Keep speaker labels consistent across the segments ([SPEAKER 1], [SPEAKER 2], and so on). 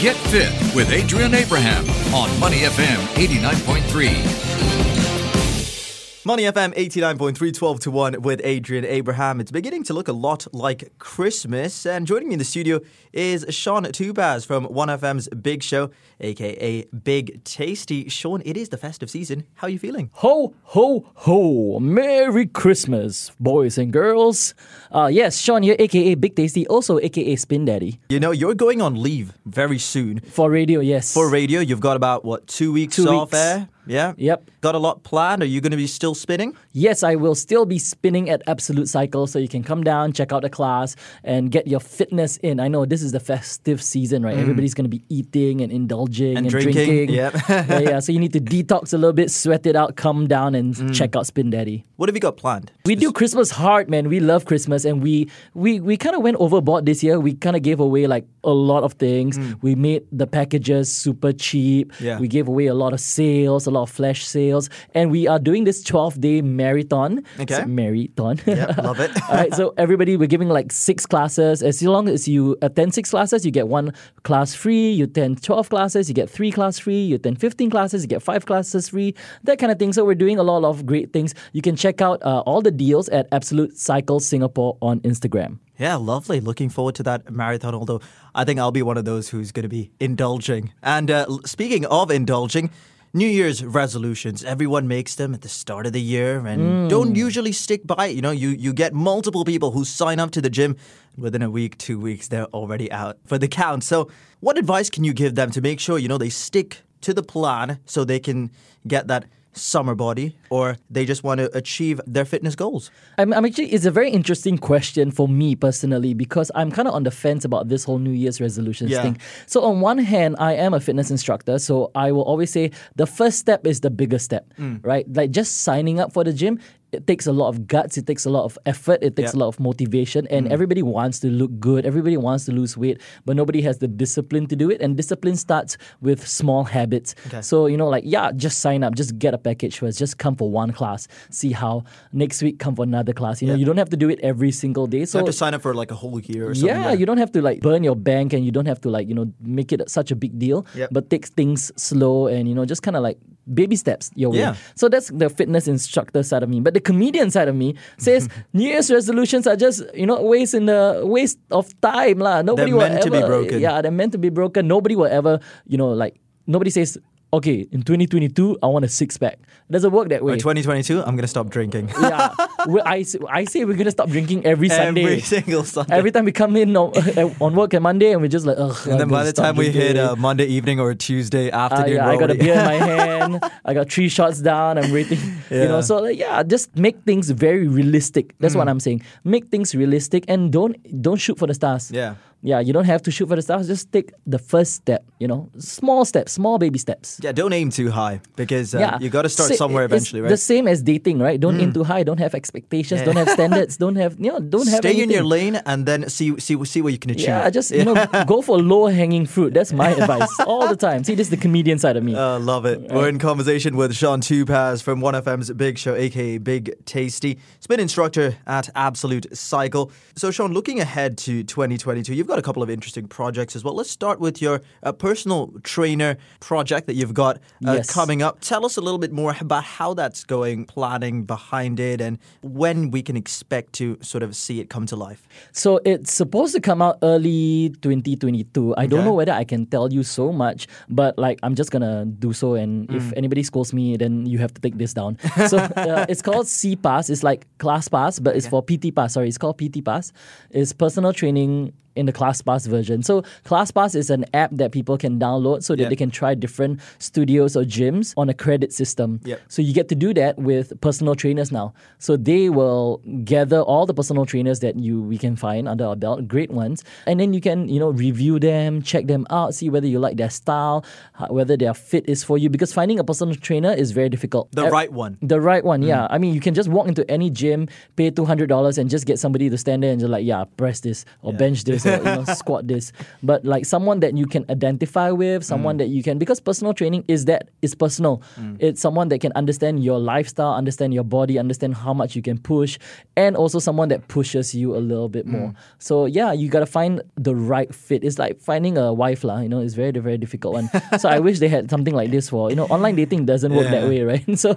[SPEAKER 1] Get Fit with Adrian Abraham on Money FM 89.3.
[SPEAKER 2] Money FM 89.3, 12 to 1 with Adrian Abraham. It's beginning to look a lot like Christmas. And joining me in the studio is Sean Tubaz from 1FM's Big Show, aka Big Tasty. Sean, it is the festive season. How are you feeling?
[SPEAKER 3] Ho, ho, ho. Merry Christmas, boys and girls. Uh, yes, Sean here, aka Big Tasty, also aka Spin Daddy.
[SPEAKER 2] You know, you're going on leave very soon.
[SPEAKER 3] For radio, yes.
[SPEAKER 2] For radio, you've got about, what, two weeks
[SPEAKER 3] Two
[SPEAKER 2] off
[SPEAKER 3] weeks.
[SPEAKER 2] air? Yeah.
[SPEAKER 3] Yep.
[SPEAKER 2] Got a lot planned. Are you going to be still spinning?
[SPEAKER 3] Yes, I will still be spinning at Absolute Cycle, so you can come down, check out the class, and get your fitness in. I know this is the festive season, right? Everybody's going to be eating and indulging
[SPEAKER 2] Mm. And
[SPEAKER 3] and,
[SPEAKER 2] drinking, yep.
[SPEAKER 3] yeah, yeah, so you need to detox a little bit, sweat it out, come down, and
[SPEAKER 2] Mm.
[SPEAKER 3] check out Spin Daddy.
[SPEAKER 2] What have you got planned?
[SPEAKER 3] We do Christmas hard, man. We love Christmas, and we we we kind of went overboard this year. We kind of gave away like a lot of things. We made the packages super cheap.
[SPEAKER 2] Mm. Yeah.
[SPEAKER 3] We gave away a lot of sales, a lot of flash sales, and we are doing this twelve day marathon.
[SPEAKER 2] Okay.
[SPEAKER 3] So- marathon.
[SPEAKER 2] Yep, love it.
[SPEAKER 3] All right, so everybody, we're giving like six classes. As long as you attend six classes, you get one class free. You attend 12 classes, you get three class free. You attend 15 classes, you get five classes free. That kind of thing. So we're doing a lot of great things. You can check out uh, all the deals at Absolute Cycle Singapore on Instagram.
[SPEAKER 2] Yeah, lovely. Looking forward to that marathon. Although I think I'll be one of those who's going to be indulging. And uh, l- speaking of indulging, New Year's resolutions. Everyone makes them at the start of the year
[SPEAKER 3] Hmm.
[SPEAKER 2] and don't usually stick by it. You know, you, you get multiple people who sign up to the gym. Within a week, two weeks, they're already out for the count. So, what advice can you give them to make sure, you know, they stick to the plan so they can get that summer body or they just want to achieve their fitness goals?
[SPEAKER 3] I'm, I'm actually, it's a very interesting question for me personally because I'm kind of on the fence about this whole New Year's resolutions
[SPEAKER 2] Yeah.
[SPEAKER 3] thing. So, on one hand, I am a fitness instructor, so I will always say the first step is the bigger step,
[SPEAKER 2] Mm.
[SPEAKER 3] right? Like just signing up for the gym. It takes a lot of guts. It takes a lot of effort. It takes
[SPEAKER 2] Yeah. Mm.
[SPEAKER 3] a lot of motivation. And everybody wants to look good. Everybody wants to lose weight, but nobody has the discipline to do it. And discipline starts with small habits.
[SPEAKER 2] Okay.
[SPEAKER 3] So, you know, like, yeah, just sign up, just get a package first, just come for one class, see how. Next week, come for another class. You know,
[SPEAKER 2] Yeah.
[SPEAKER 3] you don't have to do it every single day.
[SPEAKER 2] You
[SPEAKER 3] So,
[SPEAKER 2] have to sign up for like a whole year or something.
[SPEAKER 3] yeah, you don't have to like burn your bank and you don't have to like, you know, make it such a big deal,
[SPEAKER 2] Yep.
[SPEAKER 3] but take things slow and, you know, just kind of like baby steps your way.
[SPEAKER 2] Yeah.
[SPEAKER 3] So that's the fitness instructor side of me. But the comedian side of me says New Year's resolutions are just, you know, waste in the waste of time. lah. Nobody will
[SPEAKER 2] meant to be
[SPEAKER 3] ever-
[SPEAKER 2] broken.
[SPEAKER 3] Yeah, they're meant to be broken. Nobody will ever, you know, like nobody says, Okay, in twenty twenty two I want a six pack. It doesn't work that way.
[SPEAKER 2] By 2022, Oh, I'm gonna stop drinking.
[SPEAKER 3] yeah. We- I, s- I say we're gonna stop drinking every Sunday.
[SPEAKER 2] Every single Sunday.
[SPEAKER 3] Every time we come in on, on work on Monday and we're just like, ugh.
[SPEAKER 2] and then by the time we hit uh, Monday evening or Tuesday afternoon,
[SPEAKER 3] Ah, yeah,
[SPEAKER 2] we're
[SPEAKER 3] I got a
[SPEAKER 2] already-
[SPEAKER 3] beer in my hand. I got three shots down. I'm waiting. You know,
[SPEAKER 2] Yeah. Mm.
[SPEAKER 3] so like, yeah, just make things very realistic. That's what I'm saying. Make things realistic and don't don't shoot for the stars.
[SPEAKER 2] Yeah.
[SPEAKER 3] yeah, you don't have to shoot for the stars. Just take the first step. You know, small steps, small baby steps.
[SPEAKER 2] yeah, don't aim too high because uh,
[SPEAKER 3] yeah,
[SPEAKER 2] you got to start
[SPEAKER 3] Sa-
[SPEAKER 2] somewhere
[SPEAKER 3] it's
[SPEAKER 2] eventually, right? Mm.
[SPEAKER 3] The same as dating, right? Don't aim too high. Don't have expectations. Don't have standards. Don't have you know. Don't have
[SPEAKER 2] Stay in your
[SPEAKER 3] anything.
[SPEAKER 2] lane and then see see see what you can achieve.
[SPEAKER 3] Yeah, just you know, go for low hanging fruit. That's my advice all the time. See, this is the comedian side of me.
[SPEAKER 2] Uh, love it. We're in conversation with Sean Tupaz from 1FM's Big Show, aka Big Tasty, spin instructor at Absolute Cycle. So, Sean, looking ahead to 2022, you've got a couple of interesting projects as well. Let's start with your uh, personal trainer project that you've got uh,
[SPEAKER 3] Yes.
[SPEAKER 2] coming up. Tell us a little bit more about how that's going, planning behind it, and when we can expect to sort of see it come to life.
[SPEAKER 3] So it's supposed to come out early 2022. I don't
[SPEAKER 2] Okay.
[SPEAKER 3] know whether I can tell you so much, but like I'm just gonna do so. And if
[SPEAKER 2] Mm.
[SPEAKER 3] anybody scolds me, then you have to take this down. So uh, it's called C Pass. It's like class pass, but it's for PT Pass. Sorry, it's called PT Pass. It's personal training in the class pass version. So class pass is an app that people can download so that
[SPEAKER 2] Yeah.
[SPEAKER 3] they can try different studios or gyms on a credit system.
[SPEAKER 2] Yep.
[SPEAKER 3] So you get to do that with personal trainers now. So they will gather all the personal trainers that you we can find under our belt, great ones, and then you can you know review them, check them out, see whether you like their style, ho- whether their fit is for you. Because finding a personal trainer is very difficult.
[SPEAKER 2] The
[SPEAKER 3] Ev-
[SPEAKER 2] right one.
[SPEAKER 3] the right one, yeah. I mean, you can just walk into any gym, pay two hundred dollars, and just get somebody to stand there and just like, yeah, press this or bench this this or you know, squat this. But like someone that you can identify with, someone that you can because personal training is that is personal. It's someone that can understand your lifestyle, understand your body, understand how much you can push, and also someone that pushes you a little bit more. So yeah, you gotta find the right fit. It's like finding a wife, lah. You know, it's very very difficult one. so I wish they had something like this for you know online dating doesn't work that way, right? So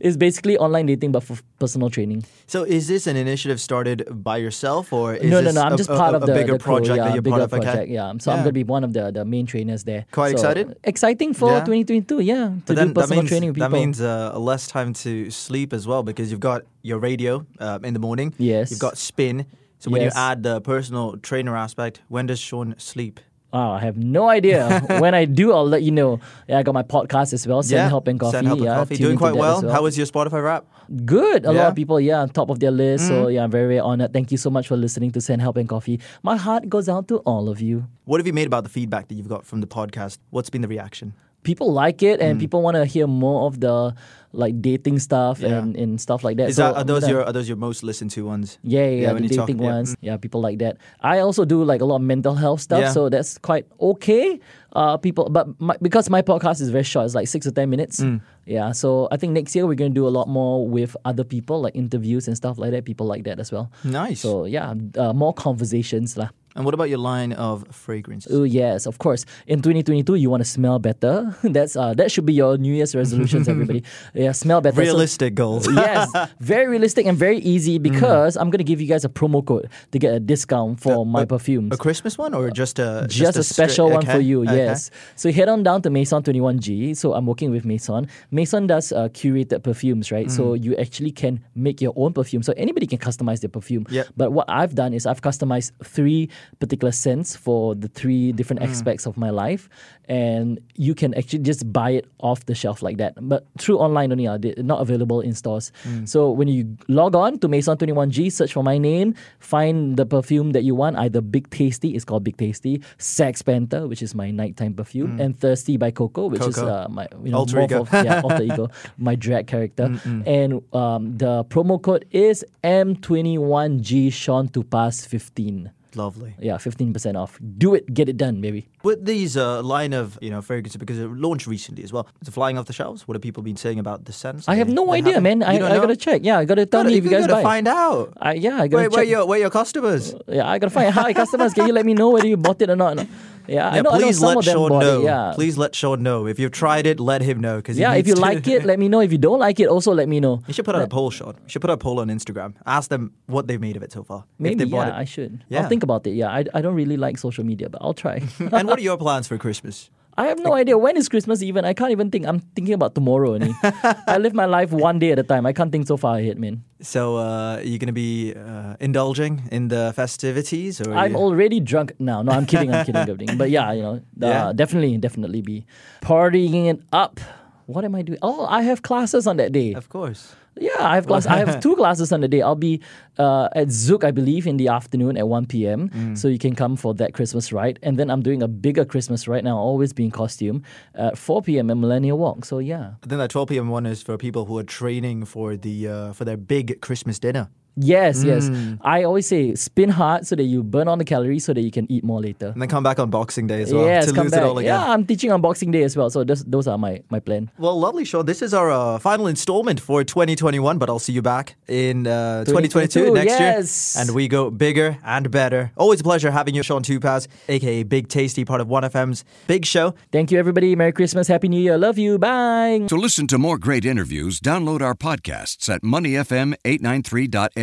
[SPEAKER 3] it's basically online dating but for personal training.
[SPEAKER 2] So is this an initiative started by yourself or is
[SPEAKER 3] no, no,
[SPEAKER 2] this
[SPEAKER 3] no. I'm
[SPEAKER 2] a,
[SPEAKER 3] just
[SPEAKER 2] a-
[SPEAKER 3] part
[SPEAKER 2] a-
[SPEAKER 3] of
[SPEAKER 2] a
[SPEAKER 3] the
[SPEAKER 2] bigger
[SPEAKER 3] the crew,
[SPEAKER 2] project
[SPEAKER 3] yeah,
[SPEAKER 2] that you're
[SPEAKER 3] bigger
[SPEAKER 2] part of?
[SPEAKER 3] project,
[SPEAKER 2] okay.
[SPEAKER 3] Yeah, so I'm
[SPEAKER 2] Yeah.
[SPEAKER 3] gonna be one of the the main trainers there.
[SPEAKER 2] Quite
[SPEAKER 3] So,
[SPEAKER 2] excited?
[SPEAKER 3] Exciting for
[SPEAKER 2] Yeah.
[SPEAKER 3] 2022. Yeah, to
[SPEAKER 2] But then
[SPEAKER 3] do personal
[SPEAKER 2] that means,
[SPEAKER 3] training with people.
[SPEAKER 2] that means uh, less time to sleep as well because you've got your radio uh, in the morning.
[SPEAKER 3] Yes.
[SPEAKER 2] You've got spin. So when you
[SPEAKER 3] Yes.
[SPEAKER 2] add the personal trainer aspect, when does Sean sleep?
[SPEAKER 3] Wow, I have no idea. when I do, I'll let you know. Yeah, I got my podcast as well, Send Help and Coffee.
[SPEAKER 2] Send help
[SPEAKER 3] yeah,
[SPEAKER 2] and coffee.
[SPEAKER 3] tune
[SPEAKER 2] Doing
[SPEAKER 3] into
[SPEAKER 2] quite
[SPEAKER 3] that
[SPEAKER 2] well.
[SPEAKER 3] as
[SPEAKER 2] How was your Spotify rap?
[SPEAKER 3] good? A lot
[SPEAKER 2] Yeah. Mm.
[SPEAKER 3] of people, yeah, on top of their list. So yeah, I'm very, very honored. Thank you so much for listening to Send Help and Coffee. My heart goes out to all of you.
[SPEAKER 2] What have you made about the feedback that you've got from the podcast? What's been the reaction?
[SPEAKER 3] People like it,
[SPEAKER 2] Mm.
[SPEAKER 3] and people want to hear more of the like dating stuff
[SPEAKER 2] Yeah.
[SPEAKER 3] and, and stuff like that.
[SPEAKER 2] Is
[SPEAKER 3] Uh, So
[SPEAKER 2] that are
[SPEAKER 3] I'm
[SPEAKER 2] those
[SPEAKER 3] gonna-
[SPEAKER 2] your are those your most listened to ones?
[SPEAKER 3] Yeah, yeah,
[SPEAKER 2] when
[SPEAKER 3] the
[SPEAKER 2] you talk-
[SPEAKER 3] dating
[SPEAKER 2] yeah.
[SPEAKER 3] ones. Yeah, people like that. I also do like a lot of mental health stuff,
[SPEAKER 2] Yeah.
[SPEAKER 3] so that's quite okay. Uh, people, but my, because my podcast is very short, it's like six to ten minutes.
[SPEAKER 2] Mm.
[SPEAKER 3] Yeah, so I think next year we're gonna do a lot more with other people, like interviews and stuff like that. People like that as well.
[SPEAKER 2] Nice.
[SPEAKER 3] So yeah, uh, more conversations lah.
[SPEAKER 2] and what about your line of fragrances?
[SPEAKER 3] Oh yes, of course. In 2022, you want to smell better. That's uh, that should be your New Year's resolutions, everybody. Yeah, smell better. So- oh,
[SPEAKER 2] Realistic Mm. goals.
[SPEAKER 3] yes, very realistic and very easy because I'm gonna give you guys a promo code to get a discount for Oh, my perfumes.
[SPEAKER 2] A Christmas one or Uh, just a
[SPEAKER 3] Just a
[SPEAKER 2] straight-
[SPEAKER 3] special one for
[SPEAKER 2] okay,
[SPEAKER 3] you,
[SPEAKER 2] okay.
[SPEAKER 3] yes. So head on down to Maison 21G. So I'm working with Maison. Maison does uh, curated perfumes, right? So
[SPEAKER 2] Mm.
[SPEAKER 3] you actually can make your own perfume. So anybody can customize their perfume.
[SPEAKER 2] Yep.
[SPEAKER 3] But what I've done is I've customized three particular scents for the three different aspects of my life. And you can actually just buy it off the shelf like that. But through online only, uh, they're not available in stores. So when you log on to Maison21G, search for my name, find the perfume that you want, either Big Tasty, it's called Big Tasty, Sex Panther, which is my nighttime perfume, and Thirsty by Coco, which is
[SPEAKER 2] Coco.
[SPEAKER 3] uh, my you know,
[SPEAKER 2] Alter
[SPEAKER 3] more
[SPEAKER 2] ego.
[SPEAKER 3] of yeah, alter ego, my drag character. And um, the promo code is M21G Sean to pass 15.
[SPEAKER 2] Lovely.
[SPEAKER 3] Yeah, 15% off. Do it, get it done, baby.
[SPEAKER 2] With these uh, line of you know fragrances because it launched recently as well, is it flying off the shelves? What have people been saying about the scents?
[SPEAKER 3] I have
[SPEAKER 2] They-
[SPEAKER 3] no
[SPEAKER 2] they
[SPEAKER 3] idea,
[SPEAKER 2] haven't-
[SPEAKER 3] man. I,
[SPEAKER 2] You don't
[SPEAKER 3] I
[SPEAKER 2] know?
[SPEAKER 3] gotta check. Yeah, I gotta tell
[SPEAKER 2] Gotta-
[SPEAKER 3] me if you
[SPEAKER 2] you
[SPEAKER 3] guys
[SPEAKER 2] gotta
[SPEAKER 3] buy.
[SPEAKER 2] find out.
[SPEAKER 3] I, yeah, I
[SPEAKER 2] Wait,
[SPEAKER 3] gotta check.
[SPEAKER 2] where your where your customers?
[SPEAKER 3] Yeah, I gotta find hi customers. Can you let me know whether you bought it or not? Yeah, I
[SPEAKER 2] Yeah,
[SPEAKER 3] know, I know
[SPEAKER 2] please
[SPEAKER 3] some
[SPEAKER 2] let
[SPEAKER 3] of them
[SPEAKER 2] Sean
[SPEAKER 3] bought
[SPEAKER 2] know.
[SPEAKER 3] it. Yeah,
[SPEAKER 2] Please let Sean know if you've tried it. Let him know because
[SPEAKER 3] yeah. If you like it, let me know. If you don't like it, also let me know.
[SPEAKER 2] You should put out a poll, Sean. You should put out a poll on Instagram. Ask them what they've made of it so far. if they
[SPEAKER 3] Maybe
[SPEAKER 2] bought
[SPEAKER 3] yeah, I
[SPEAKER 2] it.
[SPEAKER 3] should.
[SPEAKER 2] Yeah.
[SPEAKER 3] I'll think about it. Yeah, I, I don't really like social media, but I'll try.
[SPEAKER 2] and what are your plans for Christmas?
[SPEAKER 3] I have no idea when is Christmas even. I can't even think. I'm thinking about tomorrow. Only. I live my life one day at a time. I can't think so far ahead, man.
[SPEAKER 2] So uh, are you going to be uh, indulging in the festivities? Or are
[SPEAKER 3] I'm
[SPEAKER 2] you-
[SPEAKER 3] already drunk now. No, I'm kidding. I'm kidding. I'm kidding. But yeah, you know, uh,
[SPEAKER 2] Yeah.
[SPEAKER 3] definitely, definitely be partying it up. What am I doing? Oh, I have classes on that day.
[SPEAKER 2] Of course.
[SPEAKER 3] Yeah, I have class. I have two classes on the day. I'll be uh, at Zook, I believe, in the afternoon at 1 p.m.
[SPEAKER 2] Mm.
[SPEAKER 3] So you can come for that Christmas ride. And then I'm doing a bigger Christmas ride now, always be in costume, at 4 p.m. at Millennial Walk. So yeah.
[SPEAKER 2] Then that 12 p.m. one is for people who are training for the uh, for their big Christmas dinner.
[SPEAKER 3] Yes,
[SPEAKER 2] Hmm.
[SPEAKER 3] yes. I always say spin hard so that you burn on the calories so that you can eat more later.
[SPEAKER 2] And then come back on Boxing Day as well
[SPEAKER 3] yes,
[SPEAKER 2] to
[SPEAKER 3] come
[SPEAKER 2] lose
[SPEAKER 3] back.
[SPEAKER 2] it all again.
[SPEAKER 3] Yeah, I'm teaching on Boxing Day as well. So those, those are my, my plan.
[SPEAKER 2] Well, lovely, Sean. This is our uh, final installment for 2021, but I'll see you back in uh, 2022,
[SPEAKER 3] 2022,
[SPEAKER 2] next
[SPEAKER 3] yes.
[SPEAKER 2] year. And we go bigger and better. Always a pleasure having you, Sean Tupaz, aka Big Tasty, part of 1FM's Big Show.
[SPEAKER 3] Thank you, everybody. Merry Christmas. Happy New Year. Love you. Bye.
[SPEAKER 1] To listen to more great interviews, download our podcasts at moneyfm893.sg